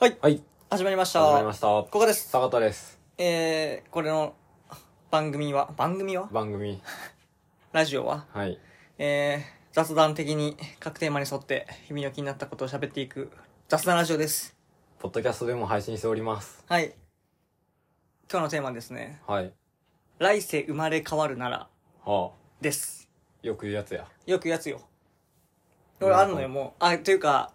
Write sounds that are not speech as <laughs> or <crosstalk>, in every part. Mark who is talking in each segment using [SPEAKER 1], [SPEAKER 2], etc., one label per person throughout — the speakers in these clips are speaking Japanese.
[SPEAKER 1] はい。
[SPEAKER 2] はい。
[SPEAKER 1] 始まりました。
[SPEAKER 2] 始まりました。こ
[SPEAKER 1] ここです。
[SPEAKER 2] 坂田です。
[SPEAKER 1] えー、これの番組は、番組は
[SPEAKER 2] 番組。
[SPEAKER 1] ラジオは
[SPEAKER 2] はい。
[SPEAKER 1] えー、雑談的に各テーマに沿って日々の気になったことを喋っていく雑談ラジオです。
[SPEAKER 2] ポッドキャストでも配信しております。
[SPEAKER 1] はい。今日のテーマはですね、
[SPEAKER 2] はい。
[SPEAKER 1] 来世生まれ変わるなら
[SPEAKER 2] はあ。
[SPEAKER 1] です。
[SPEAKER 2] よく言うやつや。
[SPEAKER 1] よく言うやつよ。俺あるのよ、もう。あ、というか、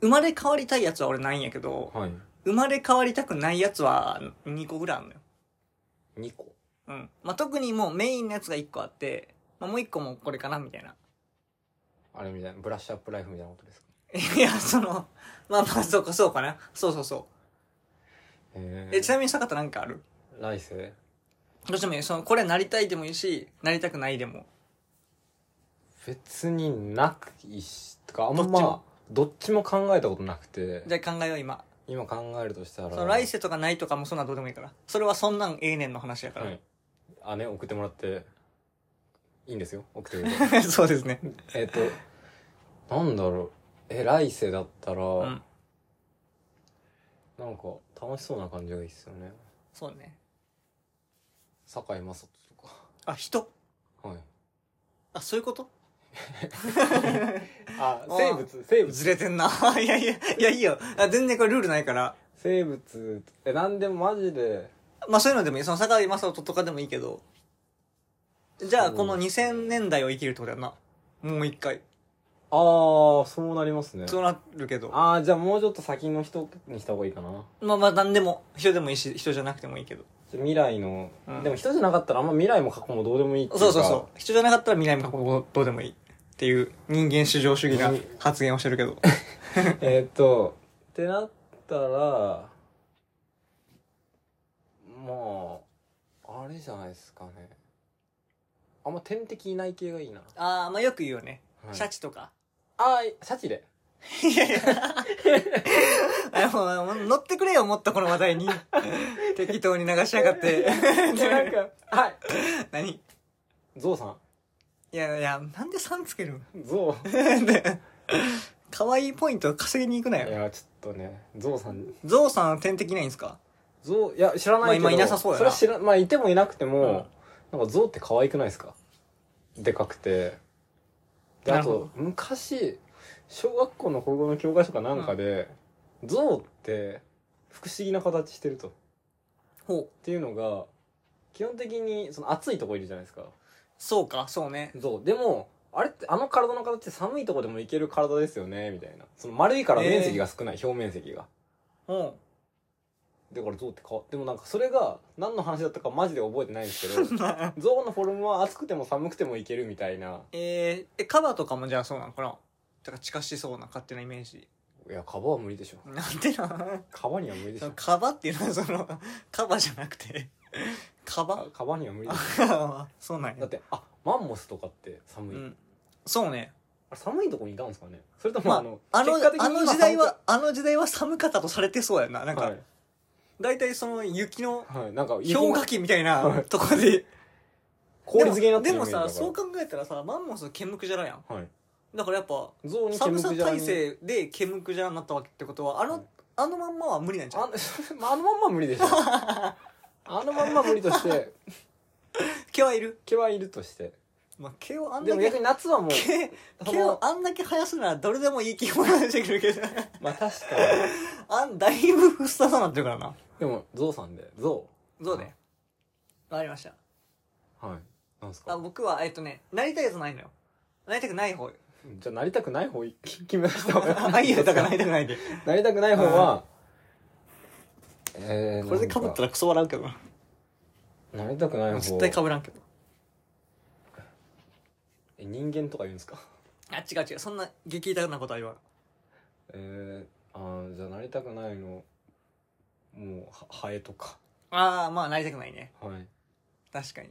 [SPEAKER 1] 生まれ変わりたいやつは俺ないんやけど、
[SPEAKER 2] はい。
[SPEAKER 1] 生まれ変わりたくないやつは2個ぐらいあるのよ。
[SPEAKER 2] 2個。
[SPEAKER 1] うん。まあ、特にもうメインのやつが1個あって、まあ、もう1個もこれかなみたいな。 <laughs>
[SPEAKER 2] あれみたいな。ブラッシュアップライフみたいなことですか。
[SPEAKER 1] いや、その、まあまあ、そうか、そうかな。そうそうそう。
[SPEAKER 2] え
[SPEAKER 1] え、ちなみにしたかったなんかある
[SPEAKER 2] 来世
[SPEAKER 1] どうしてもいいその、これなりたいでもいいし、なりたくないでも。
[SPEAKER 2] 別になくいいし、とかあん
[SPEAKER 1] どっち
[SPEAKER 2] ま
[SPEAKER 1] も、
[SPEAKER 2] どっちも考えたことなくて、
[SPEAKER 1] じゃあ考えよう、今。
[SPEAKER 2] 今考えるとしたら、
[SPEAKER 1] その、来世とかないとかもそんなんどうでもいいから。それはそんなんええねんの話やか
[SPEAKER 2] はい。あ、ね、送ってもらって、いいんですよ。送ってくれ
[SPEAKER 1] <laughs>
[SPEAKER 2] て。
[SPEAKER 1] ら。 <laughs> そうですね。
[SPEAKER 2] えっと、なんだろう。え、来世だったら、
[SPEAKER 1] うん。
[SPEAKER 2] なんか楽しそうな感じがいいっすよね。
[SPEAKER 1] そうね。
[SPEAKER 2] 堺雅人と
[SPEAKER 1] あ、人
[SPEAKER 2] か。はい。
[SPEAKER 1] あ、そういうこと
[SPEAKER 2] あ、
[SPEAKER 1] あ
[SPEAKER 2] 生物、生物。
[SPEAKER 1] ずれてんな。 <laughs> いやいや、いや、いいよ。あ全然これルールないから。
[SPEAKER 2] 生物、え、なんでもマジで、
[SPEAKER 1] まあそういうのでもいい。その、坂井正人とかでもいいけど。じゃあ、
[SPEAKER 2] うん
[SPEAKER 1] この2000年代を生きるってことやんな。もう一回。
[SPEAKER 2] あー、そうなりますね。
[SPEAKER 1] そうなるけど。
[SPEAKER 2] あー、じゃあもうちょっと先の人にした方がいいかな。
[SPEAKER 1] まあまあ、なんでも、人でもいいし、人じゃなくてもいいけど。
[SPEAKER 2] じゃあ未来の、
[SPEAKER 1] うん
[SPEAKER 2] でも人じゃなかったらあんま未来も過去もどうでもいいっていうか。
[SPEAKER 1] そうそうそう。人じゃなかったら未来も過去もどうでもいい。っていう、人間至上主義な発言をしてる
[SPEAKER 2] <laughs>
[SPEAKER 1] けど。
[SPEAKER 2] えーっと、ってなったら、まあ、あれじゃないですかね。あんま天敵いない系がいいな。
[SPEAKER 1] ああ、まあよく言うよね。
[SPEAKER 2] はい
[SPEAKER 1] シャチとか。
[SPEAKER 2] あー、シャチで。
[SPEAKER 1] いやいや。もう、乗ってくれよ、もっとこの話
[SPEAKER 2] <laughs>
[SPEAKER 1] 題に。適当に流しやがって。 <laughs>
[SPEAKER 2] なんか、はい。
[SPEAKER 1] 何い
[SPEAKER 2] ゾウさ
[SPEAKER 1] やいや、なんで3つける
[SPEAKER 2] ん。ゾウ。
[SPEAKER 1] で可愛いポイント稼ぎに行くないよ。
[SPEAKER 2] や、ちょっとね、ゾウさん、
[SPEAKER 1] ゾウさん天敵ないんですか
[SPEAKER 2] ゾウ、いや、知らないけど。
[SPEAKER 1] まあ今いなさそうやな
[SPEAKER 2] れは知ら、まあ、いてもいなくても、なんかゾウって可愛くないですかでかくて。で、
[SPEAKER 1] な
[SPEAKER 2] あ
[SPEAKER 1] るほど
[SPEAKER 2] と、昔、小学校の国語の教科書かなんかで、ゾウって、不思議な形してると。っ
[SPEAKER 1] ほう。
[SPEAKER 2] ていうのが、基本的に、その暑いとこいるじゃないですか。
[SPEAKER 1] そうか、そうね。
[SPEAKER 2] ゾウ。でも、あれって、あの体の形って寒いとこでもいける体ですよね、みたいな。その丸いから面積が少ない、表面積が。
[SPEAKER 1] ほ
[SPEAKER 2] だから象ってかでもなんかそれが何の話だったかマジで覚えてないんです
[SPEAKER 1] <laughs>
[SPEAKER 2] けど象のフォルムは暑くても寒くてもいけるみたいな
[SPEAKER 1] う。 <laughs> えー、え、カバーとかもじゃあそうなのかなだから近しそうな勝手なイメージ。
[SPEAKER 2] いやカバは無理でしょ
[SPEAKER 1] なんでな
[SPEAKER 2] カバには無理でし
[SPEAKER 1] そ
[SPEAKER 2] ょ
[SPEAKER 1] のカバっていうのはその、 <laughs> カバじゃなくて、 <laughs> カバ <laughs>
[SPEAKER 2] あカバには無理でし
[SPEAKER 1] あそうなん
[SPEAKER 2] ょだ
[SPEAKER 1] や
[SPEAKER 2] っ。てあマンモスとかって寒
[SPEAKER 1] う
[SPEAKER 2] い、
[SPEAKER 1] ん。そうね。
[SPEAKER 2] あれ寒いとこにいたんですかねそれとも、
[SPEAKER 1] ま
[SPEAKER 2] あ
[SPEAKER 1] あ
[SPEAKER 2] の、
[SPEAKER 1] あの、
[SPEAKER 2] 結果的に
[SPEAKER 1] あ
[SPEAKER 2] 今
[SPEAKER 1] の時代は、あの時代は寒かったとされてそうやな。なん
[SPEAKER 2] 寒く
[SPEAKER 1] か、大体その雪の
[SPEAKER 2] はい、はい、なんか
[SPEAKER 1] 氷河
[SPEAKER 2] 雪
[SPEAKER 1] 期みたい
[SPEAKER 2] は
[SPEAKER 1] ないとこで
[SPEAKER 2] <laughs> 氷漬けになって
[SPEAKER 1] で
[SPEAKER 2] る
[SPEAKER 1] も
[SPEAKER 2] イメージ
[SPEAKER 1] さ
[SPEAKER 2] だから
[SPEAKER 1] そう考えたらさマンモス煙くじゃらやん
[SPEAKER 2] はい
[SPEAKER 1] だからやっぱ
[SPEAKER 2] 象に
[SPEAKER 1] 寒
[SPEAKER 2] 煙
[SPEAKER 1] さ
[SPEAKER 2] くじゃら
[SPEAKER 1] 耐
[SPEAKER 2] に
[SPEAKER 1] 性で煙くじゃらになったわけってことはあの、
[SPEAKER 2] はい
[SPEAKER 1] あのまんまは無理なんじゃん
[SPEAKER 2] ああのまん <laughs> ま無理で
[SPEAKER 1] <laughs>
[SPEAKER 2] しょあのまんま無理として
[SPEAKER 1] 毛はいる、
[SPEAKER 2] 毛はいるとして
[SPEAKER 1] まあ、毛をあん
[SPEAKER 2] で
[SPEAKER 1] だ
[SPEAKER 2] も
[SPEAKER 1] け
[SPEAKER 2] 逆に夏はもう
[SPEAKER 1] 毛
[SPEAKER 2] そ
[SPEAKER 1] 毛
[SPEAKER 2] の
[SPEAKER 1] をあんだけ生やすならどれでもいい気もしてくるけど
[SPEAKER 2] まあ確かに
[SPEAKER 1] <laughs> あんだいぶふっさそうなってるからな
[SPEAKER 2] でも、ゾウさんで、ゾ
[SPEAKER 1] そうねわかりました
[SPEAKER 2] ウ。はい。なんです
[SPEAKER 1] あ
[SPEAKER 2] か
[SPEAKER 1] 僕はえっとねなりたいやつないのよなりたくない方よ
[SPEAKER 2] じゃあ、なりたくない方、い <laughs> 決めました方
[SPEAKER 1] <laughs>
[SPEAKER 2] が
[SPEAKER 1] あいいよだからなりたくないで
[SPEAKER 2] なりたくない方は、えー、
[SPEAKER 1] これでかぶった
[SPEAKER 2] ら。
[SPEAKER 1] らクソ笑うけどな
[SPEAKER 2] なりたくない方。
[SPEAKER 1] 絶対かぶらんけど
[SPEAKER 2] え人間とか言うんですか
[SPEAKER 1] あ違う違うそんな激痛なことは言わん
[SPEAKER 2] えー、あーじゃあ、なりたくないの、もう、はハエとか。
[SPEAKER 1] ああまあなりたくないね
[SPEAKER 2] はい。
[SPEAKER 1] 確かに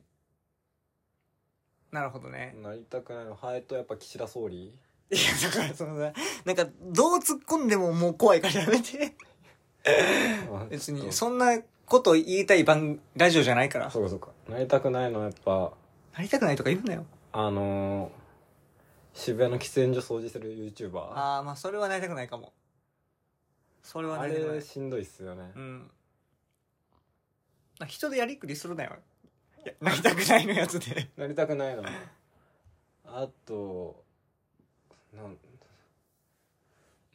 [SPEAKER 1] なるほどね、
[SPEAKER 2] なりたくないの、ハエとやっぱ岸田総理
[SPEAKER 1] <laughs> いやだからそのさなんかどう突っ込んでももう怖いからやめ
[SPEAKER 2] <laughs>
[SPEAKER 1] て別に
[SPEAKER 2] そ
[SPEAKER 1] そんなこと言いたい番ラジオじゃないから
[SPEAKER 2] そうかそうか。なりたくないのはやっぱ、
[SPEAKER 1] なりたくないとか言うなよ
[SPEAKER 2] あのー、渋谷の喫煙所掃除する YouTuber。
[SPEAKER 1] ああまあそれはなりたくないかもそれ
[SPEAKER 2] あ
[SPEAKER 1] はね
[SPEAKER 2] れしんどいっすよね
[SPEAKER 1] うんあ人でやりくりするなよいやなりたくないのやつで <laughs>
[SPEAKER 2] なりたくないのあとなん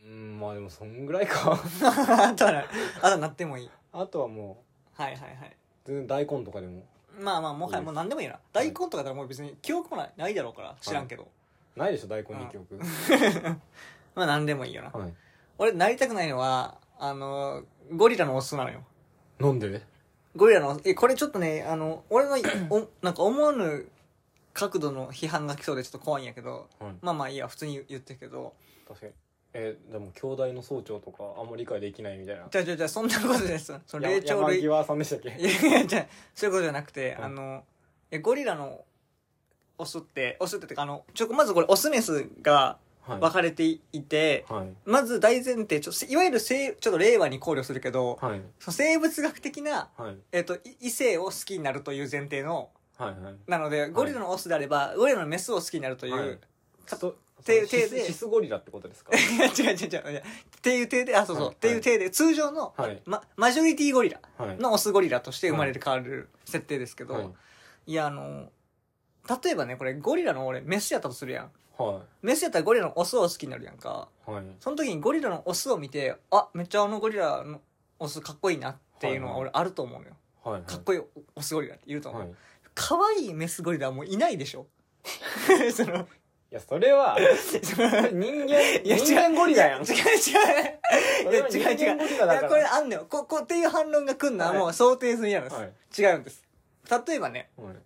[SPEAKER 2] うんまあでもそんぐらいか
[SPEAKER 1] あとはあとなってもいい
[SPEAKER 2] あとはも
[SPEAKER 1] はいはいはいう
[SPEAKER 2] 全然大根とかでも
[SPEAKER 1] まあまあもはやもう何でもいいな大根とかだったらもう別に記憶もないないだろうから知らんけど、
[SPEAKER 2] ないでしょ大根に記憶
[SPEAKER 1] まあ何でもいいよな
[SPEAKER 2] はい
[SPEAKER 1] 俺なりたくないのはあのゴリラのオスなのよ
[SPEAKER 2] なんで
[SPEAKER 1] ゴリラのえこれちょっとねあの俺の
[SPEAKER 2] <clears throat>
[SPEAKER 1] おなんか思わぬ角度の批判が来そうでちょっと怖いんやけど
[SPEAKER 2] はい
[SPEAKER 1] まあまあいいや普通に言ってるけど
[SPEAKER 2] 確かにえでも兄弟の総長とかあんま理解できないみたいな
[SPEAKER 1] じゃあじゃあじゃあそんなことですその霊長
[SPEAKER 2] 山
[SPEAKER 1] 類
[SPEAKER 2] 際さんでしたっけ
[SPEAKER 1] <laughs> いやいやじゃあそういうことじゃなくて、
[SPEAKER 2] うん
[SPEAKER 1] あのいやゴリラのオスってオスってってかあのちょまずこれオスメスが
[SPEAKER 2] はい
[SPEAKER 1] 分かれていて、
[SPEAKER 2] はい
[SPEAKER 1] まず大前提ちょいわゆる生ちょっと令和に考慮するけど、
[SPEAKER 2] はい
[SPEAKER 1] その生物学的な、
[SPEAKER 2] はい
[SPEAKER 1] えっとい異性を好きになるという前提の
[SPEAKER 2] はいはい
[SPEAKER 1] なのでゴリラのオスであれば、ゴリラのメスを好きになるという、
[SPEAKER 2] はい
[SPEAKER 1] い
[SPEAKER 2] ちょっと
[SPEAKER 1] て
[SPEAKER 2] シ
[SPEAKER 1] 手で
[SPEAKER 2] スシスゴリラってことですか
[SPEAKER 1] や <laughs> 違う違う違ういやっていう体であそうそう、
[SPEAKER 2] はい
[SPEAKER 1] っていう体で通常の、
[SPEAKER 2] はい
[SPEAKER 1] ま、マジョリティゴリラ
[SPEAKER 2] はい
[SPEAKER 1] のオスゴリラとして生まれて変わる設定ですけど、
[SPEAKER 2] はい
[SPEAKER 1] いや、あの、例えばね、これゴリラの俺、メスやったとするやん。
[SPEAKER 2] は
[SPEAKER 1] メスやったらゴリラのオスを好きになるやんか。
[SPEAKER 2] いはい
[SPEAKER 1] その時にゴリラのオスを見て、あ、めっちゃあのゴリラのオスかっこいいなっていうのは
[SPEAKER 2] はい
[SPEAKER 1] 俺
[SPEAKER 2] は
[SPEAKER 1] あると思うのよ。
[SPEAKER 2] はい
[SPEAKER 1] かっこいいオスゴリラっていると思
[SPEAKER 2] は
[SPEAKER 1] う。
[SPEAKER 2] い
[SPEAKER 1] 可愛いメスゴリラはもういないでしょ <laughs> その、
[SPEAKER 2] いやそれは
[SPEAKER 1] その
[SPEAKER 2] 人間
[SPEAKER 1] いや違う
[SPEAKER 2] 人間ゴリラやん
[SPEAKER 1] 違う
[SPEAKER 2] そ
[SPEAKER 1] 違う。い
[SPEAKER 2] れ
[SPEAKER 1] や
[SPEAKER 2] は人
[SPEAKER 1] 違う違
[SPEAKER 2] 間
[SPEAKER 1] う。
[SPEAKER 2] ゴリ
[SPEAKER 1] い
[SPEAKER 2] ラだ
[SPEAKER 1] や、
[SPEAKER 2] か
[SPEAKER 1] これ
[SPEAKER 2] ら
[SPEAKER 1] あんのよ。こ、こっていう反論が来んのはも
[SPEAKER 2] は
[SPEAKER 1] う想定済みなんです。
[SPEAKER 2] はい
[SPEAKER 1] 違うんです。例えばね、
[SPEAKER 2] はい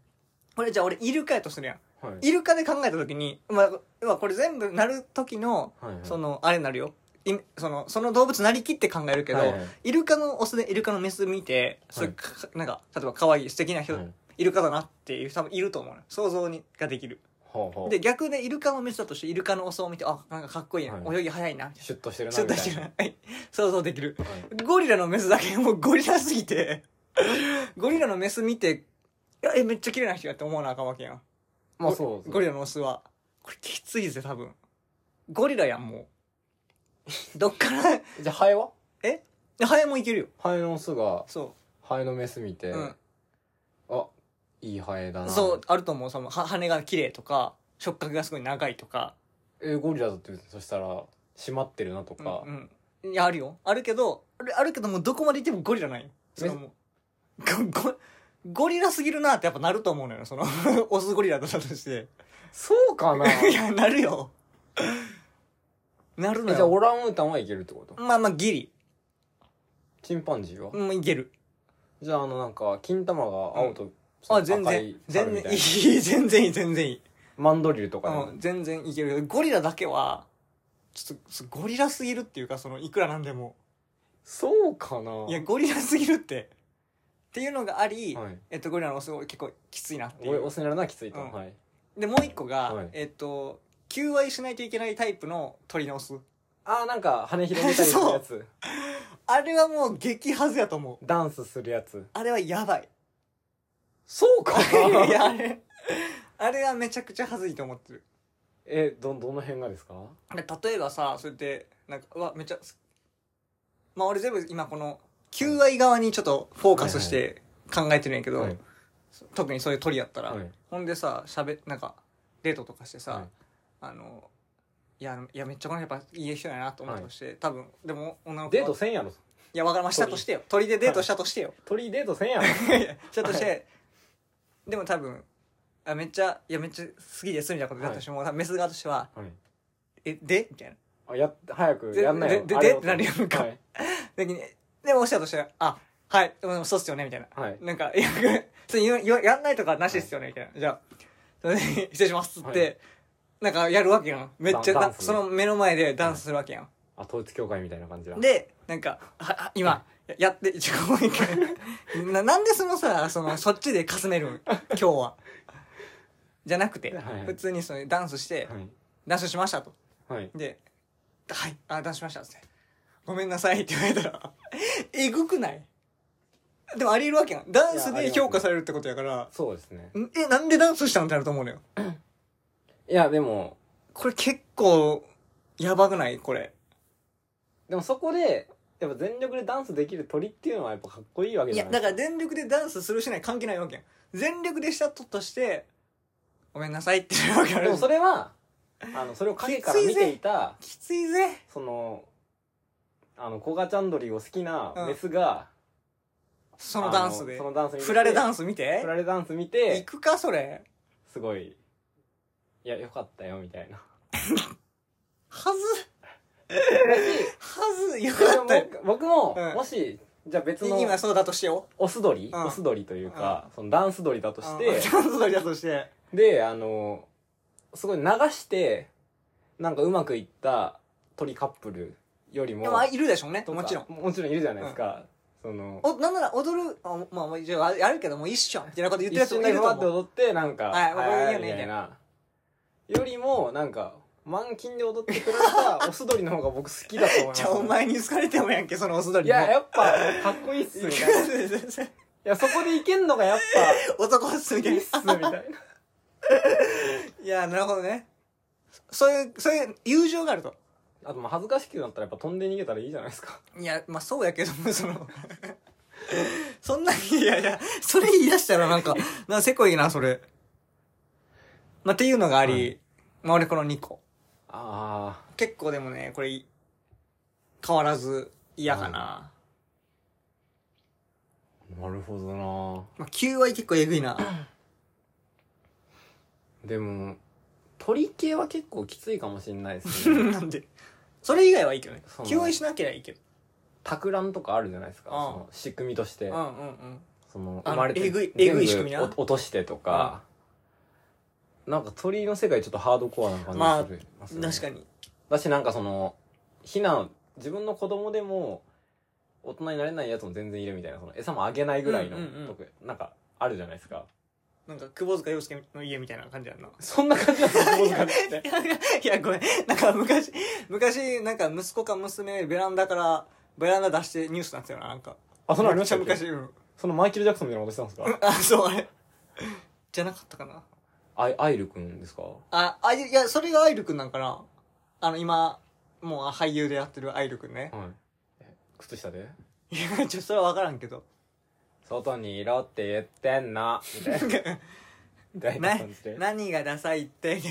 [SPEAKER 1] これじゃあ俺イルカやとするやん。
[SPEAKER 2] はい
[SPEAKER 1] イルカで考えた時に、まあ、まあこれ全部なる時の、
[SPEAKER 2] はいはい
[SPEAKER 1] その、あれになるよ。いその、その動物なりきって考えるけど、
[SPEAKER 2] はいはい
[SPEAKER 1] イルカのオスでイルカのメス見て、それ
[SPEAKER 2] はい
[SPEAKER 1] かなんか、例えば可愛い素敵な人、
[SPEAKER 2] はい
[SPEAKER 1] イルカだなっていう、多分いると思うの。想像にができる。
[SPEAKER 2] ほうほう
[SPEAKER 1] で、逆でイルカのメスだとして、イルカのオスを見て、あ、なんかかっこいいな。
[SPEAKER 2] はい
[SPEAKER 1] 泳ぎ早いな。みたい
[SPEAKER 2] シュッとしてる
[SPEAKER 1] な
[SPEAKER 2] な
[SPEAKER 1] ちょっ
[SPEAKER 2] み
[SPEAKER 1] と
[SPEAKER 2] たいな
[SPEAKER 1] 違う。はい。想像できる。
[SPEAKER 2] はい
[SPEAKER 1] ゴリラのメスだけ、もうゴリラすぎて、ゴリラのメス見て、いやえ、めっちゃ綺麗な人やって思わなあかんわけやん。
[SPEAKER 2] まあそう
[SPEAKER 1] ゴリラのオスは。これきついぜ、多分。ゴリラやん、もう。 <laughs> どっから、
[SPEAKER 2] じゃあハエは
[SPEAKER 1] ハエもいけるよ。
[SPEAKER 2] ハエのオスが
[SPEAKER 1] そ
[SPEAKER 2] ハエのメス見て、
[SPEAKER 1] うん
[SPEAKER 2] あいいハエだ
[SPEAKER 1] う。
[SPEAKER 2] な
[SPEAKER 1] そう、あると思う。その、は羽が綺麗とか、触覚がすごい長いとか。
[SPEAKER 2] えゴリラだってそしたら閉まってるなと
[SPEAKER 1] う
[SPEAKER 2] か、
[SPEAKER 1] ん、うん。いや、あるよ。あるけど、あるあるけど、もうどこまで行ってもゴリラないよ。そのもう。ごごゴリラすぎるなってやっぱなると思うのよ。その、 <laughs> オスゴリラだったとして。
[SPEAKER 2] そうかな
[SPEAKER 1] <laughs> いや、なるよ。なるの
[SPEAKER 2] えじゃあ
[SPEAKER 1] よ。
[SPEAKER 2] オランウータンはいけるってこと
[SPEAKER 1] まあまあ、ギリ。
[SPEAKER 2] チンパンジーは、
[SPEAKER 1] うん、いける。
[SPEAKER 2] じゃああのなんか金玉が青と、その
[SPEAKER 1] あ、全
[SPEAKER 2] 赤
[SPEAKER 1] 然
[SPEAKER 2] い、猿
[SPEAKER 1] 全
[SPEAKER 2] みた
[SPEAKER 1] 然
[SPEAKER 2] い
[SPEAKER 1] いい
[SPEAKER 2] な、
[SPEAKER 1] 全然いい、全然いい。
[SPEAKER 2] マンドリルとかでも
[SPEAKER 1] うん、全然いけるけど、ゴリラだけは、ちょっと、そうゴリラすぎるっていうか、その、いくらなんでも。
[SPEAKER 2] そうかない
[SPEAKER 1] や、ゴリラすぎるって。っていうのがあり、
[SPEAKER 2] はい
[SPEAKER 1] えっと、ゴリラのオス結構きついなってい
[SPEAKER 2] 俺
[SPEAKER 1] う
[SPEAKER 2] オ。スになるのはきついと、
[SPEAKER 1] うん
[SPEAKER 2] はい
[SPEAKER 1] で、もう一個が、
[SPEAKER 2] はい
[SPEAKER 1] えっと、求愛しないといけないタイプの鳥のオス。
[SPEAKER 2] あーなんか羽広げたりするやつ
[SPEAKER 1] あれはもう激ハズやと思う。
[SPEAKER 2] ダンスするやつ
[SPEAKER 1] あれはや
[SPEAKER 2] <laughs>
[SPEAKER 1] ばい。
[SPEAKER 2] そうか
[SPEAKER 1] いや、あれ、あれはめちゃくちゃハズいと思ってる。
[SPEAKER 2] <laughs> えどどの辺がですか
[SPEAKER 1] で例えばさそれでなんかうわめっちゃまあ俺全部今この求愛側にちょっとフォーカスして考えてるんやけど、
[SPEAKER 2] はい
[SPEAKER 1] 特にそういう鳥やったら、
[SPEAKER 2] はい
[SPEAKER 1] ほんでさしゃべなんかデートとかしてさ、
[SPEAKER 2] はい
[SPEAKER 1] あのいやいやめっちゃこの人やっぱいい人やなと思ったとして、多分でも女の子
[SPEAKER 2] デー
[SPEAKER 1] は
[SPEAKER 2] トせんやろ
[SPEAKER 1] いやわからんまあしたとしてよ鳥でデートしたとしてよ、
[SPEAKER 2] 鳥デートせんやろ
[SPEAKER 1] いや <laughs> したとして、でも多分あめっちゃいやめっちゃ好きですみたいなことだったとしても、多分メス側としては
[SPEAKER 2] はい
[SPEAKER 1] 「えで?」みたいな
[SPEAKER 2] あやっ早く
[SPEAKER 1] で
[SPEAKER 2] やんないよ
[SPEAKER 1] でで
[SPEAKER 2] あれを
[SPEAKER 1] でなるやんか
[SPEAKER 2] はい
[SPEAKER 1] 時にでもおっしゃるとしたら「あはいでもそうっすよね」みたいな
[SPEAKER 2] はい
[SPEAKER 1] なんか、いや、それ言わ言わやんないとかなしですよね、みたいな。じゃあ、それで <laughs> 失礼しますっつって、
[SPEAKER 2] はい
[SPEAKER 1] なんかやるわけやん。めっちゃ
[SPEAKER 2] ダン
[SPEAKER 1] な、
[SPEAKER 2] ダンス
[SPEAKER 1] その目の前でダンスするわけやん。
[SPEAKER 2] あ統一教会みたいな感じだ
[SPEAKER 1] で、なんか、はは今、ややって、ちょ、もう一回。ななんでそのさ、その、そっちでかすめるん今日は。じゃなくて、
[SPEAKER 2] はい
[SPEAKER 1] 普通にそのダンスして、
[SPEAKER 2] はい
[SPEAKER 1] ダンスしましたと。
[SPEAKER 2] はい
[SPEAKER 1] で、はい、あ、ダンスしましたっつって。ごめんなさいって言われたら、えぐくないでもあり得るわけやん。ダンス
[SPEAKER 2] いやあ
[SPEAKER 1] で
[SPEAKER 2] りますね
[SPEAKER 1] 評価されるってことやから、
[SPEAKER 2] そうですね
[SPEAKER 1] んえ、なんでダンスしたのってなると思うのよ。
[SPEAKER 2] いやでも
[SPEAKER 1] これ結構、やばくないこれ。
[SPEAKER 2] でもそこでやっぱ全力でダンスできる鳥っていうのはやっぱかっこいいわけ
[SPEAKER 1] い
[SPEAKER 2] じゃ
[SPEAKER 1] や
[SPEAKER 2] ない
[SPEAKER 1] だから全力でダンスするしない関係ないわけやん全力でしたととしてごめんなさいって言うわけあ
[SPEAKER 2] で
[SPEAKER 1] る
[SPEAKER 2] もそれはあのそれを影から見ていた
[SPEAKER 1] きついぜ
[SPEAKER 2] そのあのコガチャンドリを好きな
[SPEAKER 1] うん
[SPEAKER 2] メスが、
[SPEAKER 1] そのダンス
[SPEAKER 2] あの
[SPEAKER 1] で
[SPEAKER 2] そのダンス見て
[SPEAKER 1] フラレダ
[SPEAKER 2] ン
[SPEAKER 1] ンス見
[SPEAKER 2] フ
[SPEAKER 1] て
[SPEAKER 2] ラレダンス見
[SPEAKER 1] 行
[SPEAKER 2] て
[SPEAKER 1] くかそれ
[SPEAKER 2] すごいいやよかったよみたい
[SPEAKER 1] <laughs>
[SPEAKER 2] な
[SPEAKER 1] はずはずよ
[SPEAKER 2] それ
[SPEAKER 1] か
[SPEAKER 2] も
[SPEAKER 1] ったよ
[SPEAKER 2] 僕も、
[SPEAKER 1] うん
[SPEAKER 2] もしじゃあ別の
[SPEAKER 1] 今そうだとしてよ
[SPEAKER 2] オス鳥、
[SPEAKER 1] うん
[SPEAKER 2] オス鳥というか、そのダンス鳥だとし
[SPEAKER 1] うん
[SPEAKER 2] て
[SPEAKER 1] ダンスだけだとして
[SPEAKER 2] <laughs> であのすごい流してなんかうまくいった鳥カップルよりも
[SPEAKER 1] でもあいるでしょうね
[SPEAKER 2] とか
[SPEAKER 1] もちろん
[SPEAKER 2] もちろんいるじゃないですか、その
[SPEAKER 1] おなんなら踊るあまあまあじゃあやるけどもう一緒みたいなこと言ってるやつ
[SPEAKER 2] 一緒
[SPEAKER 1] も
[SPEAKER 2] に
[SPEAKER 1] いると
[SPEAKER 2] バーって
[SPEAKER 1] 思う
[SPEAKER 2] 踊ってなんか
[SPEAKER 1] はいわかるよね
[SPEAKER 2] みたいなよりもなんか満勤で踊ってくれたオス鳥の方が僕好きだと思い <laughs> ます
[SPEAKER 1] じゃあお前に好かれてもやんけそのオスド
[SPEAKER 2] い
[SPEAKER 1] リ
[SPEAKER 2] ややっぱかっこいいっすみたいないやそこでいけんのがやっ
[SPEAKER 1] <laughs> 男っすみ
[SPEAKER 2] ぱ
[SPEAKER 1] た
[SPEAKER 2] い
[SPEAKER 1] い
[SPEAKER 2] い
[SPEAKER 1] な
[SPEAKER 2] っすみたいない
[SPEAKER 1] やなるほどねそういうそういう友情があると
[SPEAKER 2] <laughs> あとまあ恥ずかしくなったらやっぱ飛んで逃げたらいいじゃないですか
[SPEAKER 1] いやまあそうやけどもそ <laughs> のそんなにいやいやそれ言い出したらなんかなんかせこいなそれまあっていうのがあり、
[SPEAKER 2] は
[SPEAKER 1] まあ俺この2個
[SPEAKER 2] ああ
[SPEAKER 1] 結構でもねこれ変わらず嫌かな、
[SPEAKER 2] なるほどな
[SPEAKER 1] まあ、9は結構えぐいな
[SPEAKER 2] でも鳥系は結構きついかもしれないです <laughs>
[SPEAKER 1] <laughs>
[SPEAKER 2] ね
[SPEAKER 1] なんでそれ以外はいいけどね
[SPEAKER 2] そうね
[SPEAKER 1] 求愛しなきゃいいけど
[SPEAKER 2] 托卵とかあるじゃないですか
[SPEAKER 1] うん
[SPEAKER 2] その仕組みとして
[SPEAKER 1] うんうんうん
[SPEAKER 2] その
[SPEAKER 1] あの
[SPEAKER 2] 生まれて
[SPEAKER 1] えぐい
[SPEAKER 2] 全
[SPEAKER 1] え
[SPEAKER 2] 部
[SPEAKER 1] ぐい仕組みな
[SPEAKER 2] お落としてとか、なんか鳥の世界ちょっとハードコアな感
[SPEAKER 1] まあ
[SPEAKER 2] じする、
[SPEAKER 1] 確か
[SPEAKER 2] に
[SPEAKER 1] に
[SPEAKER 2] だしなんかその避難自分の子供でも大人になれないやつも全然いるみたいなその餌もあげないぐらいの、
[SPEAKER 1] うんうんうん
[SPEAKER 2] とかなんかあるじゃないですか
[SPEAKER 1] なんか久保塚洋介の家みたいな感じやんな
[SPEAKER 2] そんな感じだと思うんですかね
[SPEAKER 1] <laughs> いやごめんなんか昔昔なんか息子か娘ベランダからベランダ出してニュースになってたよななんか
[SPEAKER 2] <laughs> あそんな
[SPEAKER 1] め
[SPEAKER 2] のありま
[SPEAKER 1] っ
[SPEAKER 2] し
[SPEAKER 1] ちゃ
[SPEAKER 2] たっけ
[SPEAKER 1] 昔うん
[SPEAKER 2] そのマイケル・ジャクソンみたいなことしたんですか
[SPEAKER 1] あそうあれじゃなかったかな
[SPEAKER 2] あいアイルくんですか
[SPEAKER 1] ああいいやそれがアイルくんなんかなあの今もう俳優でやってるアイルくんね
[SPEAKER 2] はいえ靴下で
[SPEAKER 1] いやちょそれは分からんけ
[SPEAKER 2] <laughs>
[SPEAKER 1] ど
[SPEAKER 2] 外にいろって言ってんのみたいなみたいな
[SPEAKER 1] <laughs> な
[SPEAKER 2] 感じで
[SPEAKER 1] 何がダサいって
[SPEAKER 2] <laughs>
[SPEAKER 1] い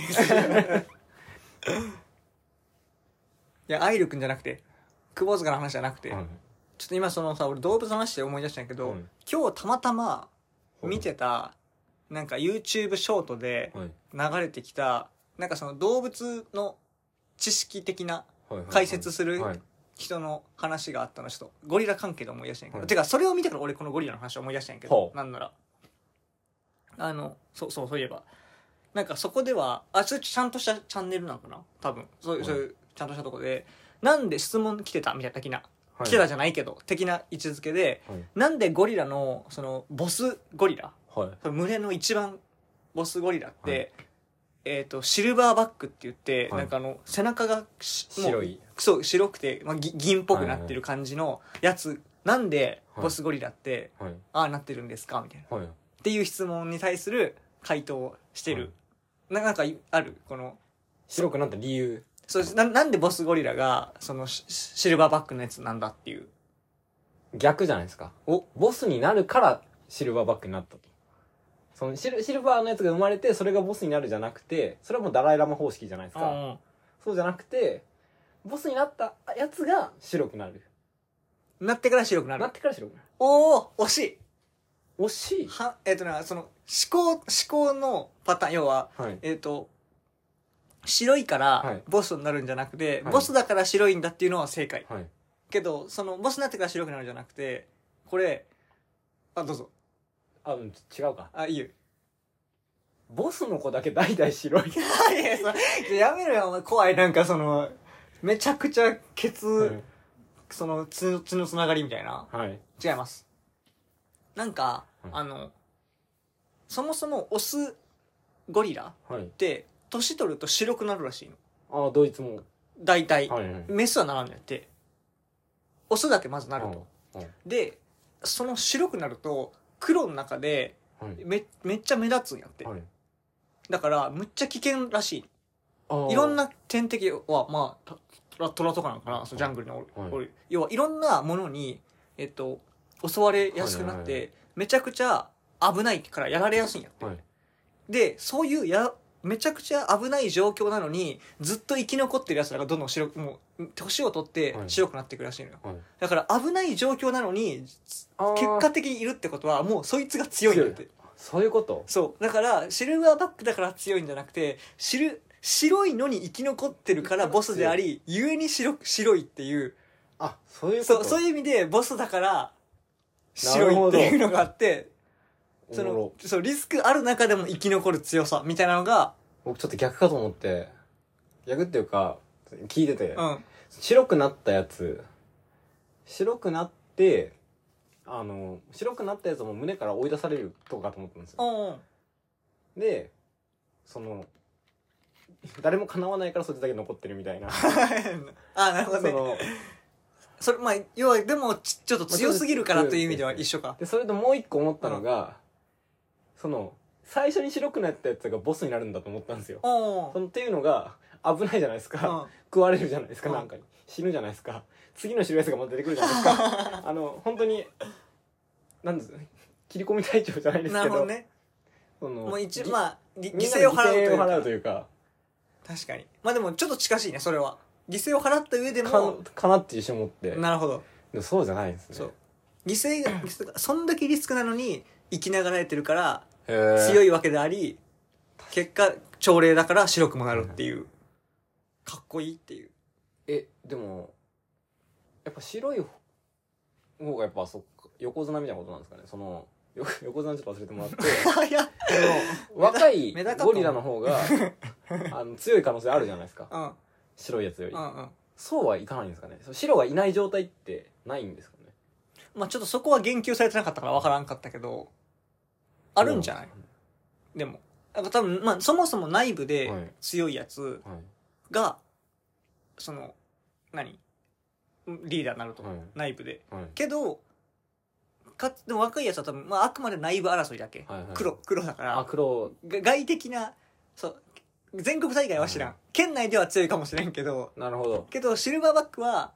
[SPEAKER 1] やアイルくんじゃなくて久保塚の話じゃなくて、
[SPEAKER 2] はい
[SPEAKER 1] ちょっと今そのさ俺動物の話で思い出したんやけど、
[SPEAKER 2] うん
[SPEAKER 1] 今日たまたま見てたなんか YouTube ショートで
[SPEAKER 2] はい
[SPEAKER 1] 流れてきたなんかその動物の知識的な
[SPEAKER 2] はいはい
[SPEAKER 1] 解説する
[SPEAKER 2] はい
[SPEAKER 1] 人の話があったのちょっとゴリラ関係で思い出したんやけど、
[SPEAKER 2] はい
[SPEAKER 1] てかそれを見てから俺このゴリラの話を思い出したんやけど
[SPEAKER 2] ほう
[SPEAKER 1] なんならあのそうそうそういえばなんかそこではあそれちゃんとしたチャンネルなのかな多分そういう、
[SPEAKER 2] はい
[SPEAKER 1] そういうちゃんとしたとこでなんで質問来てたみたいな的な、
[SPEAKER 2] はい
[SPEAKER 1] 来てたじゃないけど的な位置づけで
[SPEAKER 2] はい
[SPEAKER 1] なんでゴリラのそのボスゴリラ
[SPEAKER 2] はい
[SPEAKER 1] その群れの一番ボスゴリラって、
[SPEAKER 2] は
[SPEAKER 1] えっ、とシルバーバックって言って、
[SPEAKER 2] はい
[SPEAKER 1] なんかあの背中がしもう
[SPEAKER 2] 白い
[SPEAKER 1] そう白くて、まあ、ぎ銀っぽくなってる感じのやつ、なんで
[SPEAKER 2] はい
[SPEAKER 1] ボスゴリラって、
[SPEAKER 2] はい
[SPEAKER 1] ああなってるんですかみたいなっ
[SPEAKER 2] はい
[SPEAKER 1] ていう質問に対する回答をしてる、ななんかいあるこの
[SPEAKER 2] 白くなった理由
[SPEAKER 1] そうななんでボスゴリラがそのシシルバーバックのやつなんだっていう
[SPEAKER 2] 逆じゃないですか
[SPEAKER 1] お
[SPEAKER 2] ボスになるからシルバーバックになったとそのシルシルバーのやつが生まれてそれがボスになるじゃなくてそれはもうダライラマ方式じゃないですか、
[SPEAKER 1] うん
[SPEAKER 2] そうじゃなくてボスになったやつが白くなる
[SPEAKER 1] うんなってから白くな
[SPEAKER 2] な
[SPEAKER 1] る
[SPEAKER 2] ってから白くなる
[SPEAKER 1] おお惜しい
[SPEAKER 2] 惜しい
[SPEAKER 1] はえっ、となその思考思考のパターン要は
[SPEAKER 2] はい
[SPEAKER 1] えっ、と白いか
[SPEAKER 2] は
[SPEAKER 1] ら
[SPEAKER 2] い
[SPEAKER 1] ボスになるんじゃなくて、
[SPEAKER 2] はい
[SPEAKER 1] ボスだから白いんだっていうのは正解
[SPEAKER 2] はい
[SPEAKER 1] けどそのボスになってから白くなるんじゃなくてこれあどうぞ
[SPEAKER 2] あうんち違うか
[SPEAKER 1] あいいよ <laughs>
[SPEAKER 2] ボスの子だけ代々白
[SPEAKER 1] い
[SPEAKER 2] い
[SPEAKER 1] やそれやめろよお前怖いなんかそのめちゃくちゃケツ、その血の血のつながりみたいな
[SPEAKER 2] はい
[SPEAKER 1] 違いますなんか、
[SPEAKER 2] はい
[SPEAKER 1] あのそもそもオスゴリラっ
[SPEAKER 2] はい
[SPEAKER 1] て年取ると白くなるらしいの
[SPEAKER 2] ああドイツも
[SPEAKER 1] 大体、
[SPEAKER 2] はいはい
[SPEAKER 1] メスはならんのやってオスだけまずなると、
[SPEAKER 2] うんうん
[SPEAKER 1] でその白くなると黒の中で
[SPEAKER 2] はい
[SPEAKER 1] めめっちゃ目立つんやって、
[SPEAKER 2] はい
[SPEAKER 1] だからむっちゃ危険らし
[SPEAKER 2] あー
[SPEAKER 1] いいろんな天敵はまあたラトラとかなんかなそのジャングルにおる、
[SPEAKER 2] はい
[SPEAKER 1] おる要はいろんなものに、えっと、襲われやすくなって、
[SPEAKER 2] はいは
[SPEAKER 1] めちゃくちゃ危ないからやられやすいんやって、
[SPEAKER 2] はい
[SPEAKER 1] でそういうやめちゃくちゃ危ない状況なのにずっと生き残ってるやつらがどんどん白くもう年を取って
[SPEAKER 2] はい
[SPEAKER 1] 白くなっていくらしいのよ、
[SPEAKER 2] はい
[SPEAKER 1] だから危ない状況なのに
[SPEAKER 2] あー
[SPEAKER 1] 結果的にいるってことはもうそいつが強いんだって
[SPEAKER 2] そういうこと
[SPEAKER 1] そうだからシルバーバックだから強いんじゃなくてシル白いのに生き残ってるからボスであり故に白く白いっていう
[SPEAKER 2] あそういうこ
[SPEAKER 1] そ
[SPEAKER 2] と
[SPEAKER 1] うそういう意味でボスだから白いっていうのがあって
[SPEAKER 2] お
[SPEAKER 1] そ
[SPEAKER 2] も
[SPEAKER 1] の
[SPEAKER 2] ろ
[SPEAKER 1] そうリスクある中でも生き残る強さみたいなのが、
[SPEAKER 2] 僕ちょっと逆かと思って逆っていうか聞いてて、
[SPEAKER 1] うん、
[SPEAKER 2] 白くなったやつ白くなってあの白くなったやつも胸から追い出されるとかと思ったんですよ
[SPEAKER 1] うん
[SPEAKER 2] でその誰も叶わないからそっちだけ残ってるみたい <laughs> な
[SPEAKER 1] あなるほど
[SPEAKER 2] そ
[SPEAKER 1] ね
[SPEAKER 2] の
[SPEAKER 1] それまあ要はでもちちょっと強すぎるからという意味では一緒か
[SPEAKER 2] でそれともう一個思ったのが、その最初に白くなったやつがボスになるんだと思ったんですよ、
[SPEAKER 1] うんうん
[SPEAKER 2] そのっていうのが危ないじゃないですか、食われるじゃないですか、なんかに死ぬじゃないですか次の白いやつがまた出てくるじゃないですか <laughs> あの本当になんです切り込み隊長じゃないです
[SPEAKER 1] な
[SPEAKER 2] け
[SPEAKER 1] るほ
[SPEAKER 2] ど
[SPEAKER 1] どね
[SPEAKER 2] その
[SPEAKER 1] もう一
[SPEAKER 2] ぎ
[SPEAKER 1] まあぎ
[SPEAKER 2] みん
[SPEAKER 1] 犠
[SPEAKER 2] な
[SPEAKER 1] 牲を
[SPEAKER 2] の
[SPEAKER 1] 払うと
[SPEAKER 2] 犠
[SPEAKER 1] いう
[SPEAKER 2] 牲を
[SPEAKER 1] か
[SPEAKER 2] 払うというか
[SPEAKER 1] 確かにまあでもちょっと近しいねそれは犠牲を払った上で
[SPEAKER 2] かな
[SPEAKER 1] も
[SPEAKER 2] かなっていう人持って
[SPEAKER 1] なるほど
[SPEAKER 2] でもそうじゃないんですね
[SPEAKER 1] そう犠牲が <laughs> そんだけリスクなのに生きながらえてるから強
[SPEAKER 2] 強い
[SPEAKER 1] いわけであり結果朝礼だから白くもなるっていうかっこいいっていう
[SPEAKER 2] えでもやっぱ白い方がやっぱそっか横綱みたいなことなんですかねそのよ横綱ちょっと忘れてもらって
[SPEAKER 1] いや
[SPEAKER 2] その若い
[SPEAKER 1] メダカと
[SPEAKER 2] ゴリラの方が <laughs> あの強い可能性あるじゃないですか
[SPEAKER 1] うんうん
[SPEAKER 2] 白いやつより
[SPEAKER 1] うん
[SPEAKER 2] そうはいかないんですかねそう白がいない状態ってないんですかね
[SPEAKER 1] まあちょっとそこは言及されてなかったから分からんかったけどあるんじゃない、でもなんか多分まあそもそも内部で
[SPEAKER 2] はい
[SPEAKER 1] 強いやつ、
[SPEAKER 2] はい
[SPEAKER 1] が、その、何リーダーになると、
[SPEAKER 2] はい
[SPEAKER 1] 内部で。
[SPEAKER 2] はい
[SPEAKER 1] けど、かつ、でも若いやつは多分、まあ、あくまで内部争いだけ。
[SPEAKER 2] はいはい
[SPEAKER 1] 黒、黒だか
[SPEAKER 2] あ
[SPEAKER 1] ら、
[SPEAKER 2] 黒
[SPEAKER 1] が外的な、そう、全国大会は知らん。
[SPEAKER 2] は
[SPEAKER 1] 県内では強いかもしれんけど、
[SPEAKER 2] なるほど
[SPEAKER 1] けど、シルバーバックは、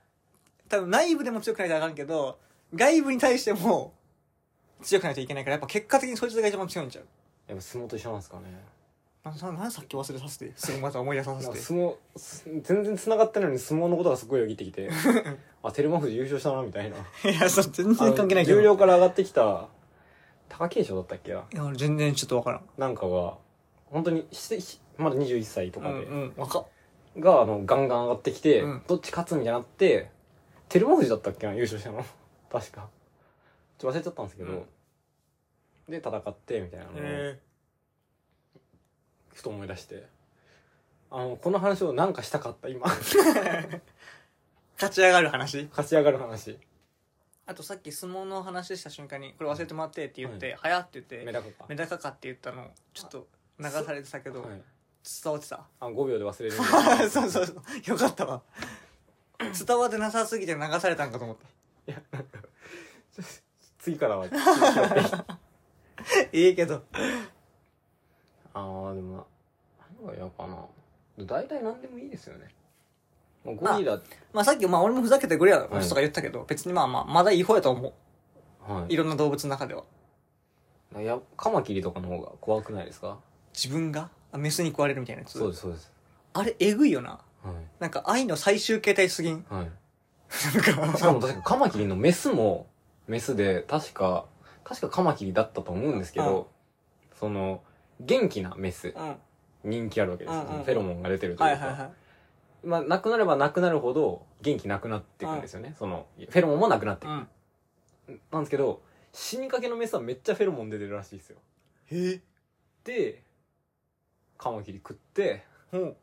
[SPEAKER 1] 多分内部でも強くないとあかんけど、外部に対しても強くないといけないから、やっぱ結果的にそいつが一番強いんちゃう。
[SPEAKER 2] やっぱ相撲と一緒なんですかね
[SPEAKER 1] な、な、なんさっき忘れさせて、すぐまた思い出さ
[SPEAKER 2] なん
[SPEAKER 1] せ
[SPEAKER 2] か
[SPEAKER 1] て。
[SPEAKER 2] 相撲す全然繋がってないのに相撲のことがすごいよぎって
[SPEAKER 1] <laughs>
[SPEAKER 2] きてあ照ノ富士優勝したなみたいない
[SPEAKER 1] や、そう、全然関係ないけ
[SPEAKER 2] あ
[SPEAKER 1] ど。
[SPEAKER 2] の重量から上がってきた貴景勝だったっけない
[SPEAKER 1] や、俺全然ちょっとわからん。
[SPEAKER 2] なんかが本当にしてしまだ21歳とかで、
[SPEAKER 1] うん、若っ。
[SPEAKER 2] があのガンガン上がってきて、
[SPEAKER 1] うん
[SPEAKER 2] どっち勝つみたいになって照ノ富士だったっけな優勝したの <laughs> 確かちょっと忘れちゃったんですけど、
[SPEAKER 1] うん
[SPEAKER 2] で戦ってみたいなのを、
[SPEAKER 1] え
[SPEAKER 2] ふと思い出してあのこの話をなんかしたかった今 <laughs>
[SPEAKER 1] 勝ち上がる話
[SPEAKER 2] 勝ち上がる話
[SPEAKER 1] あとさっき相撲の話した瞬間に、これ忘れてもらってって言って、
[SPEAKER 2] う
[SPEAKER 1] はやって言っ
[SPEAKER 2] メ
[SPEAKER 1] て、
[SPEAKER 2] ダカか、
[SPEAKER 1] メダカかって言ったの、ちょっと流されてたけど、
[SPEAKER 2] はい、
[SPEAKER 1] 伝わってた。 <laughs>
[SPEAKER 2] あ5秒で忘れる
[SPEAKER 1] そうそうそう。よかったわ。伝わってなさすぎて流されたんかと思った。
[SPEAKER 2] 次からはあ
[SPEAKER 1] いいけど。
[SPEAKER 2] あでもな何が嫌かな大体何でもいいですよねもうゴリラ、
[SPEAKER 1] まあさっき、まあ俺もふざけてゴリラの
[SPEAKER 2] はい
[SPEAKER 1] 話とか言ったけど、別にまあまあ、まだいい方やと思う。
[SPEAKER 2] はい
[SPEAKER 1] ろんな動物の中では。
[SPEAKER 2] いやカマキリとかの方が怖くないですか
[SPEAKER 1] 自分が、あメスに食われるみたいなやつ。
[SPEAKER 2] そうですそうです
[SPEAKER 1] あれ、えぐいよな。
[SPEAKER 2] はい
[SPEAKER 1] なんか愛の最終形態すぎん。 <laughs>
[SPEAKER 2] はい
[SPEAKER 1] なん
[SPEAKER 2] しか
[SPEAKER 1] か、
[SPEAKER 2] も確かカマキリのメスもメスで確か確かカマキリだったと思うんですけど、その元気なメス
[SPEAKER 1] うん。はい
[SPEAKER 2] 人気あるわけですよ、
[SPEAKER 1] うんうんうん
[SPEAKER 2] フェロモンが出てると
[SPEAKER 1] は
[SPEAKER 2] いう
[SPEAKER 1] い
[SPEAKER 2] か、
[SPEAKER 1] はい。
[SPEAKER 2] まあなくなればなくなるほど元気なくなっていくんですよね、そのフェロモンもなくなっていく、
[SPEAKER 1] ん。
[SPEAKER 2] なんですけど死にかけのメスはめっちゃフェロモン出てるらしいですよ
[SPEAKER 1] へえ。
[SPEAKER 2] でカマキリ食って
[SPEAKER 1] うん。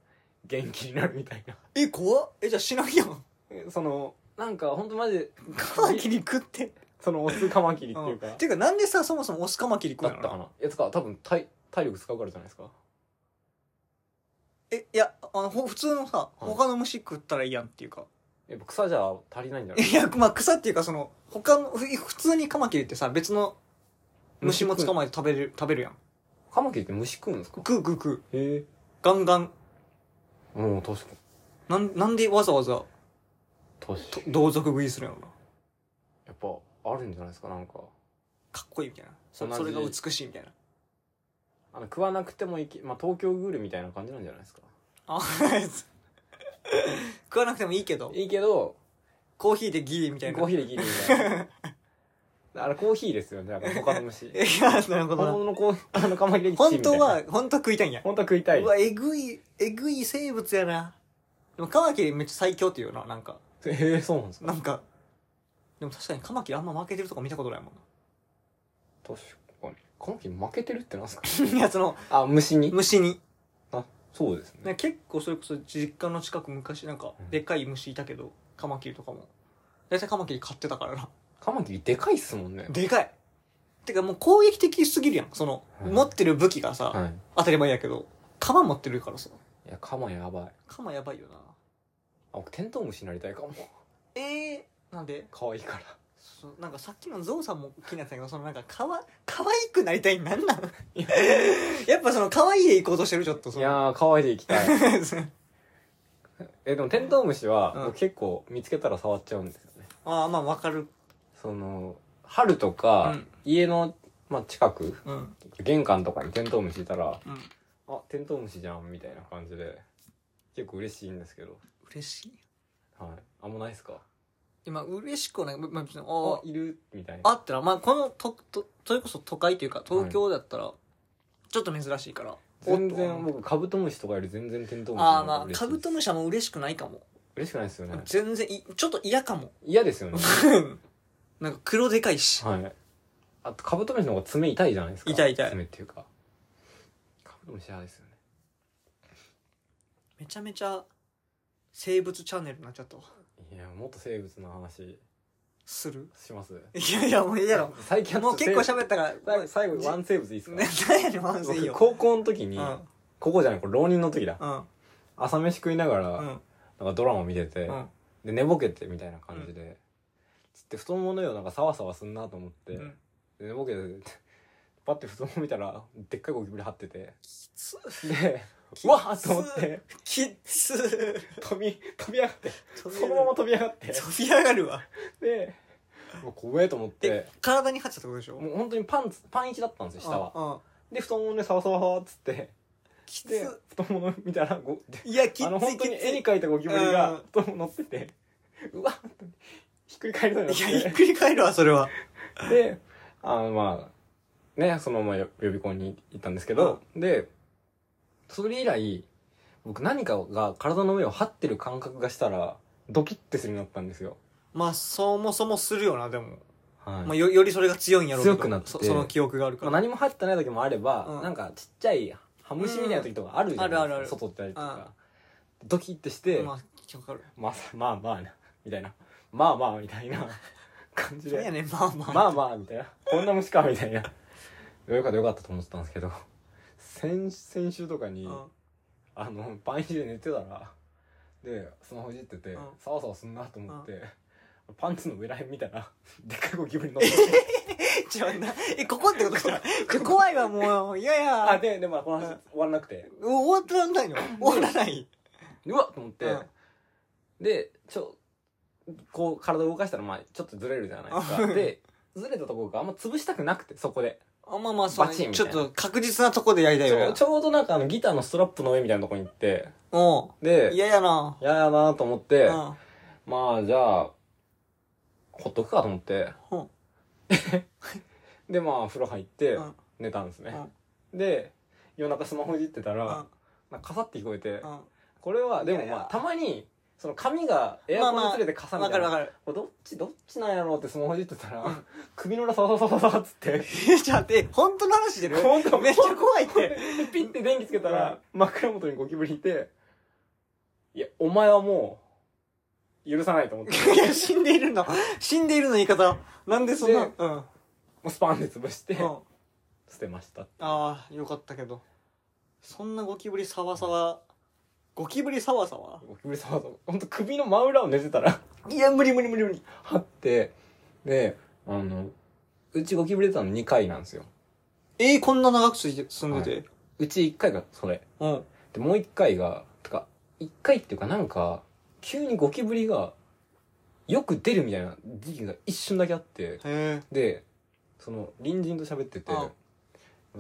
[SPEAKER 2] 元気になるみたいな
[SPEAKER 1] え、怖っえ、じゃあしないや
[SPEAKER 2] <laughs>
[SPEAKER 1] ん。
[SPEAKER 2] そのなんかほんとマジで
[SPEAKER 1] カマキリ食って。
[SPEAKER 2] そのオスカマキリっていうか、
[SPEAKER 1] うんていうか、なんでさ、そもそもオスカマキリ食う
[SPEAKER 2] だ
[SPEAKER 1] の
[SPEAKER 2] ったかなやつか多分体体力使うからじゃないですか
[SPEAKER 1] え、いや、あの、ほ普通のさ、
[SPEAKER 2] うん
[SPEAKER 1] 他の虫食ったらいいやんっていうか。
[SPEAKER 2] やっぱ草じゃ足りないんじゃない
[SPEAKER 1] いや、まあ、草っていうか、その、他の、ふ普通にカマキリってさ、別の虫も捕まえて食べる、食べるやん。
[SPEAKER 2] カマキリって虫食うんですか
[SPEAKER 1] 食う食う食う。
[SPEAKER 2] へ
[SPEAKER 1] ガンガン。
[SPEAKER 2] えうん確か
[SPEAKER 1] なんなんでわざわざ
[SPEAKER 2] 年
[SPEAKER 1] と同族食いするんやろな
[SPEAKER 2] やっぱあるんじゃないですかなんか
[SPEAKER 1] かっこいいみたいなそ
[SPEAKER 2] 同じ
[SPEAKER 1] それが美しいみたいな
[SPEAKER 2] あの食わなくてもいけ、まあ、東京グールみたいな感じなんじゃないですか
[SPEAKER 1] あ <laughs> 食わなくてもいいけど
[SPEAKER 2] いいけど
[SPEAKER 1] コーヒーでギリみたいな
[SPEAKER 2] コーヒーでギリみたい <laughs> なあれコーヒーですよねだ <laughs> から他の虫
[SPEAKER 1] いや <laughs> なるほど
[SPEAKER 2] 本
[SPEAKER 1] な
[SPEAKER 2] 物のコーあのカマキリで
[SPEAKER 1] 本当は本当は食いたいんや
[SPEAKER 2] 本当は食いたいう
[SPEAKER 1] わえぐいえぐい生物やなでもカマキリめっちゃ最強っていうななんか
[SPEAKER 2] <laughs> えー、そうなんです
[SPEAKER 1] なんかでも確かにカマキリあんま負けてるとこ見たことないもん
[SPEAKER 2] 確かにカマキリ負けてるってなんですか
[SPEAKER 1] ない <laughs> やその
[SPEAKER 2] あ虫に
[SPEAKER 1] 虫に
[SPEAKER 2] あそうですね
[SPEAKER 1] ね結構それこそ実家の近く昔なんか
[SPEAKER 2] うん
[SPEAKER 1] でっかい虫いたけどカマキリとかも大体カマキリ買ってたからな
[SPEAKER 2] カマキリでかいっすもんね
[SPEAKER 1] でかいてかもう攻撃的すぎるやんその、
[SPEAKER 2] はい
[SPEAKER 1] 持ってる武器がさ、
[SPEAKER 2] はい
[SPEAKER 1] 当たり前やけど鎌持ってるからさ
[SPEAKER 2] いやカマやばいあ
[SPEAKER 1] 鎌やばいよな
[SPEAKER 2] 僕テントウムシになりたいかも <laughs>
[SPEAKER 1] ええー、なんで
[SPEAKER 2] 可愛いから
[SPEAKER 1] そなんかさっきのゾウさんも気になってたけどそのなんかかわ可愛くなりたいなん
[SPEAKER 2] <laughs>
[SPEAKER 1] なん
[SPEAKER 2] い
[SPEAKER 1] やっぱその可愛いでいこうとしてるちょっとそ
[SPEAKER 2] い
[SPEAKER 1] <laughs> の
[SPEAKER 2] やー可愛いでいきたい <laughs> えでもテントウムシは、
[SPEAKER 1] うん
[SPEAKER 2] 僕結構見つけたら触っちゃうんですよね
[SPEAKER 1] ああまあわかる
[SPEAKER 2] その春とか、
[SPEAKER 1] うん
[SPEAKER 2] 家の、まあ、近く
[SPEAKER 1] うん
[SPEAKER 2] 玄関とかにテントウムシいたら
[SPEAKER 1] うん
[SPEAKER 2] あテントウムシじゃんみたいな感じで結構嬉しいんですけど
[SPEAKER 1] 嬉しい
[SPEAKER 2] はいあんまないですか
[SPEAKER 1] 今嬉しくはない、ままあ、別に
[SPEAKER 2] あ
[SPEAKER 1] あ
[SPEAKER 2] いるみたいな
[SPEAKER 1] あってな、まあ、このととそれこそ都会というか東京だったらちょっと珍しいから、
[SPEAKER 2] 全
[SPEAKER 1] おっ
[SPEAKER 2] 然
[SPEAKER 1] と
[SPEAKER 2] 僕カブトムシとかより全然テントウムシ
[SPEAKER 1] ああまあカ
[SPEAKER 2] 嬉しい
[SPEAKER 1] ブトムシはもう嬉しくないかも
[SPEAKER 2] 嬉しくないですよね
[SPEAKER 1] 全然いちょっと嫌かも <laughs>
[SPEAKER 2] 嫌ですよね
[SPEAKER 1] なんか黒でかいし
[SPEAKER 2] はいあとカブトムシの方が爪痛いじゃないですか
[SPEAKER 1] 痛い痛い
[SPEAKER 2] 爪っていうかカブトムシ嫌ですよね
[SPEAKER 1] めちゃめちゃ生物チャンネルになっちゃったわ
[SPEAKER 2] いやもっと生物の話
[SPEAKER 1] する <laughs>
[SPEAKER 2] します
[SPEAKER 1] いやいやもういいやろ
[SPEAKER 2] 最近は
[SPEAKER 1] もう結構
[SPEAKER 2] ゃ
[SPEAKER 1] 喋ったからもう
[SPEAKER 2] 最後ワン生物いいですか
[SPEAKER 1] ね何やねん反省いい
[SPEAKER 2] 僕
[SPEAKER 1] よ
[SPEAKER 2] 高校の時
[SPEAKER 1] う
[SPEAKER 2] に
[SPEAKER 1] んうん
[SPEAKER 2] 高校じゃないこれ浪人の時だ
[SPEAKER 1] うん
[SPEAKER 2] 朝飯食いながら
[SPEAKER 1] う
[SPEAKER 2] なん
[SPEAKER 1] ん
[SPEAKER 2] かドラマ見てて
[SPEAKER 1] うん
[SPEAKER 2] で寝ぼけてみたいな感じでつって太もものようなんかサワサワすんなと思って
[SPEAKER 1] うん
[SPEAKER 2] で寝ぼけてパッて太もも見たらでっかいゴキブリ
[SPEAKER 1] <laughs>
[SPEAKER 2] 張ってて
[SPEAKER 1] きつ
[SPEAKER 2] で
[SPEAKER 1] き
[SPEAKER 2] うわっと思って
[SPEAKER 1] きっつ
[SPEAKER 2] 飛び飛び上がって
[SPEAKER 1] 飛び
[SPEAKER 2] そ
[SPEAKER 1] 上
[SPEAKER 2] の
[SPEAKER 1] が
[SPEAKER 2] ま
[SPEAKER 1] る
[SPEAKER 2] ま飛び上がって
[SPEAKER 1] 飛び上がるわ
[SPEAKER 2] でもう怖えと思って
[SPEAKER 1] え体に張っちゃったことでしょ
[SPEAKER 2] もう本当にパンツパン一だったんですよ下は
[SPEAKER 1] は
[SPEAKER 2] で太ももでサワサワサワっつって
[SPEAKER 1] き
[SPEAKER 2] で
[SPEAKER 1] つ
[SPEAKER 2] 太ももの見たらご
[SPEAKER 1] いやき
[SPEAKER 2] あの
[SPEAKER 1] つ
[SPEAKER 2] 本
[SPEAKER 1] いき
[SPEAKER 2] 当
[SPEAKER 1] つ
[SPEAKER 2] に絵に
[SPEAKER 1] い
[SPEAKER 2] 描いたゴキブリ
[SPEAKER 1] うん
[SPEAKER 2] が太もも乗っててうわっとひっくり返るように
[SPEAKER 1] いやひ
[SPEAKER 2] な
[SPEAKER 1] っ
[SPEAKER 2] っ
[SPEAKER 1] くり返るわそれは
[SPEAKER 2] てであのまあねそのまま予備校に行ったんですけど、でそれ以来僕何かが体の上を張ってる感覚がしたらドキッてするようになったんですよ、
[SPEAKER 1] まあそもそもするよなでも
[SPEAKER 2] はい
[SPEAKER 1] まあよよりそれが強いんやろうけど
[SPEAKER 2] 強くなって
[SPEAKER 1] そその記憶があるか
[SPEAKER 2] まあ、
[SPEAKER 1] ら
[SPEAKER 2] 何も入ってない時もあれば、
[SPEAKER 1] うん
[SPEAKER 2] なんかちっちゃいハムシみたいな時とかあるじゃないですか、
[SPEAKER 1] うんあるあるある
[SPEAKER 2] 外行ったりとか、ドキッてして、
[SPEAKER 1] まあ記憶ある
[SPEAKER 2] まあまあまあなみたいなまあまあみたい
[SPEAKER 1] <laughs>
[SPEAKER 2] な感じ
[SPEAKER 1] そう
[SPEAKER 2] で
[SPEAKER 1] やねまあまあ
[SPEAKER 2] まあまあみたいなこんな虫かみたいなよかったよかったと思ってたんですけど先先週とかに、
[SPEAKER 1] う
[SPEAKER 2] あのパン入れで寝てたらでスマホいじってて、
[SPEAKER 1] うん
[SPEAKER 2] サワサワすんなと思って、パンツの上らへん見たらでっかいゴキブリ乗って
[SPEAKER 1] <laughs>
[SPEAKER 2] て
[SPEAKER 1] んちょなえここって <laughs> ことかちょ怖いわもういやい
[SPEAKER 2] あ
[SPEAKER 1] や
[SPEAKER 2] ででもこの話終わらなくて
[SPEAKER 1] 終わってらんないの終わらないう
[SPEAKER 2] わっと思って、
[SPEAKER 1] うん
[SPEAKER 2] でちょこう体を動かしたらまあちょっとずれるじゃないです
[SPEAKER 1] う
[SPEAKER 2] か
[SPEAKER 1] ん
[SPEAKER 2] でずれたところがあんま潰したくなくてそこで
[SPEAKER 1] あまあまあそう
[SPEAKER 2] バチンみ
[SPEAKER 1] ち
[SPEAKER 2] たい
[SPEAKER 1] ょっ
[SPEAKER 2] な
[SPEAKER 1] と確実なとこでやりたい
[SPEAKER 2] ちょ
[SPEAKER 1] よ
[SPEAKER 2] ちょうどなんかあのギターのストラップの上みたいなとこに行って
[SPEAKER 1] おう
[SPEAKER 2] で
[SPEAKER 1] ん嫌やな
[SPEAKER 2] 嫌ややなと思って、
[SPEAKER 1] うん
[SPEAKER 2] まあじゃあほっとくかと思って
[SPEAKER 1] うん
[SPEAKER 2] <laughs> でまあ風呂入って
[SPEAKER 1] うん
[SPEAKER 2] 寝たんですね、で夜中スマホいじってたら、
[SPEAKER 1] うん
[SPEAKER 2] なんかカサって聞こえて、
[SPEAKER 1] うん
[SPEAKER 2] これはでも
[SPEAKER 1] いやい
[SPEAKER 2] まあ
[SPEAKER 1] や
[SPEAKER 2] たまにその髪がエアコンにつれてカサみ
[SPEAKER 1] わ
[SPEAKER 2] た
[SPEAKER 1] か
[SPEAKER 2] い
[SPEAKER 1] る
[SPEAKER 2] な
[SPEAKER 1] わかる
[SPEAKER 2] これどっちどっちなんやろうってスマホいじってたら、
[SPEAKER 1] うん
[SPEAKER 2] 首の裏サワサワサワサワっつって
[SPEAKER 1] えちょっと待って本当の話してる
[SPEAKER 2] 本当
[SPEAKER 1] めっちゃ怖いって
[SPEAKER 2] ピッて電気つけたら枕元にゴキブリいていやお前はもう許さないと思って
[SPEAKER 1] <laughs> いや死んでいるの死んでいるの言い方なんでそんな
[SPEAKER 2] で
[SPEAKER 1] うん
[SPEAKER 2] もうスパンで潰して
[SPEAKER 1] うん
[SPEAKER 2] 捨てました
[SPEAKER 1] ああよかったけどそんなゴキブリサワサワゴキブリサワサワ
[SPEAKER 2] ゴキブリサワサワほんと首の真裏を寝てたら
[SPEAKER 1] いや無理無理無理無理
[SPEAKER 2] 張ってであのうちゴキブリ出たの2回なんですよ
[SPEAKER 1] えー、こんな長くついて住んでて、
[SPEAKER 2] うち1回がそれ
[SPEAKER 1] うん
[SPEAKER 2] でもう1回がとか一回っていうかなんか、急にゴキブリが、よく出るみたいな時期が一瞬だけあって、
[SPEAKER 1] え
[SPEAKER 2] で、その、隣人と喋ってて
[SPEAKER 1] あ、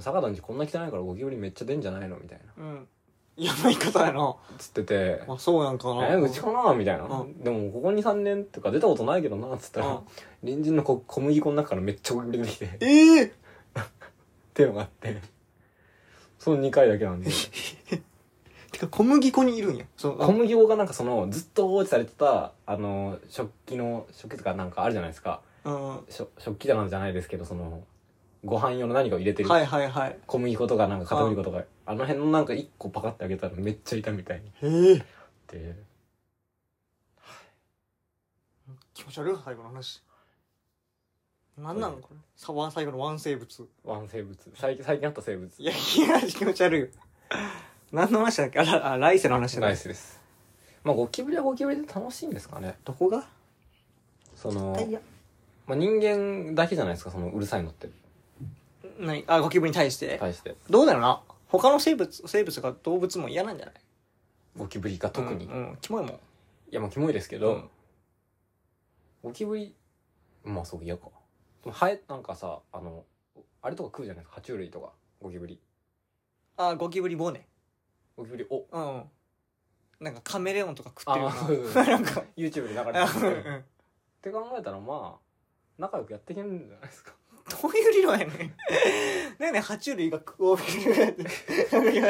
[SPEAKER 2] 坂田んちこんな汚いからゴキブリめっちゃ出んじゃないのみたいな。
[SPEAKER 1] うんやばい方やな
[SPEAKER 2] つってて、
[SPEAKER 1] あそうなんかな
[SPEAKER 2] え、うちかなみたいな
[SPEAKER 1] う。
[SPEAKER 2] でも、ここ2、3年とか出たことないけどな、つったら
[SPEAKER 1] あ、
[SPEAKER 2] 隣人のこ小麦粉の中からめっちゃゴキブリ出てきて、っ
[SPEAKER 1] ええ
[SPEAKER 2] ていうのがあって、その2回だけなんで。
[SPEAKER 1] てか小麦粉にいるんやそ
[SPEAKER 2] 小
[SPEAKER 1] の
[SPEAKER 2] 麦粉がなんかその、ずっと放置されてた、あの、食器の、食器とかなんかあるじゃないですか。
[SPEAKER 1] あうん
[SPEAKER 2] しょ食器棚じゃないですけど、その、ご飯用の何かを入れてる。
[SPEAKER 1] はいはいはい
[SPEAKER 2] 小麦粉とかなんか片栗粉とか、あの辺のなんか1個パカってあげたらめっちゃ痛いみたいになっ
[SPEAKER 1] ええ
[SPEAKER 2] て。
[SPEAKER 1] 気持ち悪いわ最後の話なんなのこれサバ最後のワン生物
[SPEAKER 2] ワン生物。最近、最近あった生物。
[SPEAKER 1] いやいや気持ち悪いよ何の話だっけあらあ来世の話だ
[SPEAKER 2] ナイ
[SPEAKER 1] ね
[SPEAKER 2] スです。まあ、ゴキブリはゴキブリで楽しいんですかね。
[SPEAKER 1] どこが
[SPEAKER 2] その
[SPEAKER 1] タ、イヤ
[SPEAKER 2] まあ、人間だけじゃないですか、そのうるさいのって。
[SPEAKER 1] 何あゴキブリに対して
[SPEAKER 2] 対して。
[SPEAKER 1] どうだろうな他の生物生物が動物も嫌なんじゃない
[SPEAKER 2] ゴキブリが特に。
[SPEAKER 1] うん、
[SPEAKER 2] い
[SPEAKER 1] うんキモいもん
[SPEAKER 2] や、まあ、キモいですけど、
[SPEAKER 1] うん
[SPEAKER 2] ゴキブリ、まあ、そう、嫌か。でもハエ、なんかさ、あの、あれとか食うじゃないですか、爬虫類とか、ゴキブリ。
[SPEAKER 1] あゴキブリボネ
[SPEAKER 2] ゴキブリ、お、
[SPEAKER 1] うんなんかカメレオンとか食ってるよ
[SPEAKER 2] あそう <laughs> そうそ
[SPEAKER 1] <laughs> なな
[SPEAKER 2] う
[SPEAKER 1] んか
[SPEAKER 2] YouTube で流れ
[SPEAKER 1] あ
[SPEAKER 2] て
[SPEAKER 1] うんう
[SPEAKER 2] る。っ
[SPEAKER 1] ん
[SPEAKER 2] て考えたら、まあ、仲良くやっていけるんじゃないですか。
[SPEAKER 1] どういう理論やねん <laughs> ねえねえ爬虫類がこう
[SPEAKER 2] 今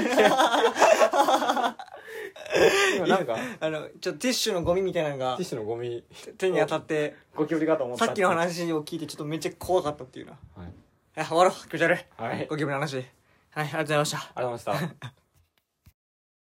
[SPEAKER 2] なん <laughs> か、
[SPEAKER 1] <laughs> あのちょっとティッシュのゴミみたいなの
[SPEAKER 2] ティ
[SPEAKER 1] が
[SPEAKER 2] ッシュのゴミ、
[SPEAKER 1] 手に当たって
[SPEAKER 2] ゴキブリかと思った
[SPEAKER 1] さっきの。話を聞いてちょっとめっちゃ怖かったっていうな
[SPEAKER 2] はい。
[SPEAKER 1] あ終わろう気持ち悪い
[SPEAKER 2] はい。ありがとう
[SPEAKER 1] ゴキブリの話はいありがとうございました
[SPEAKER 2] ございました。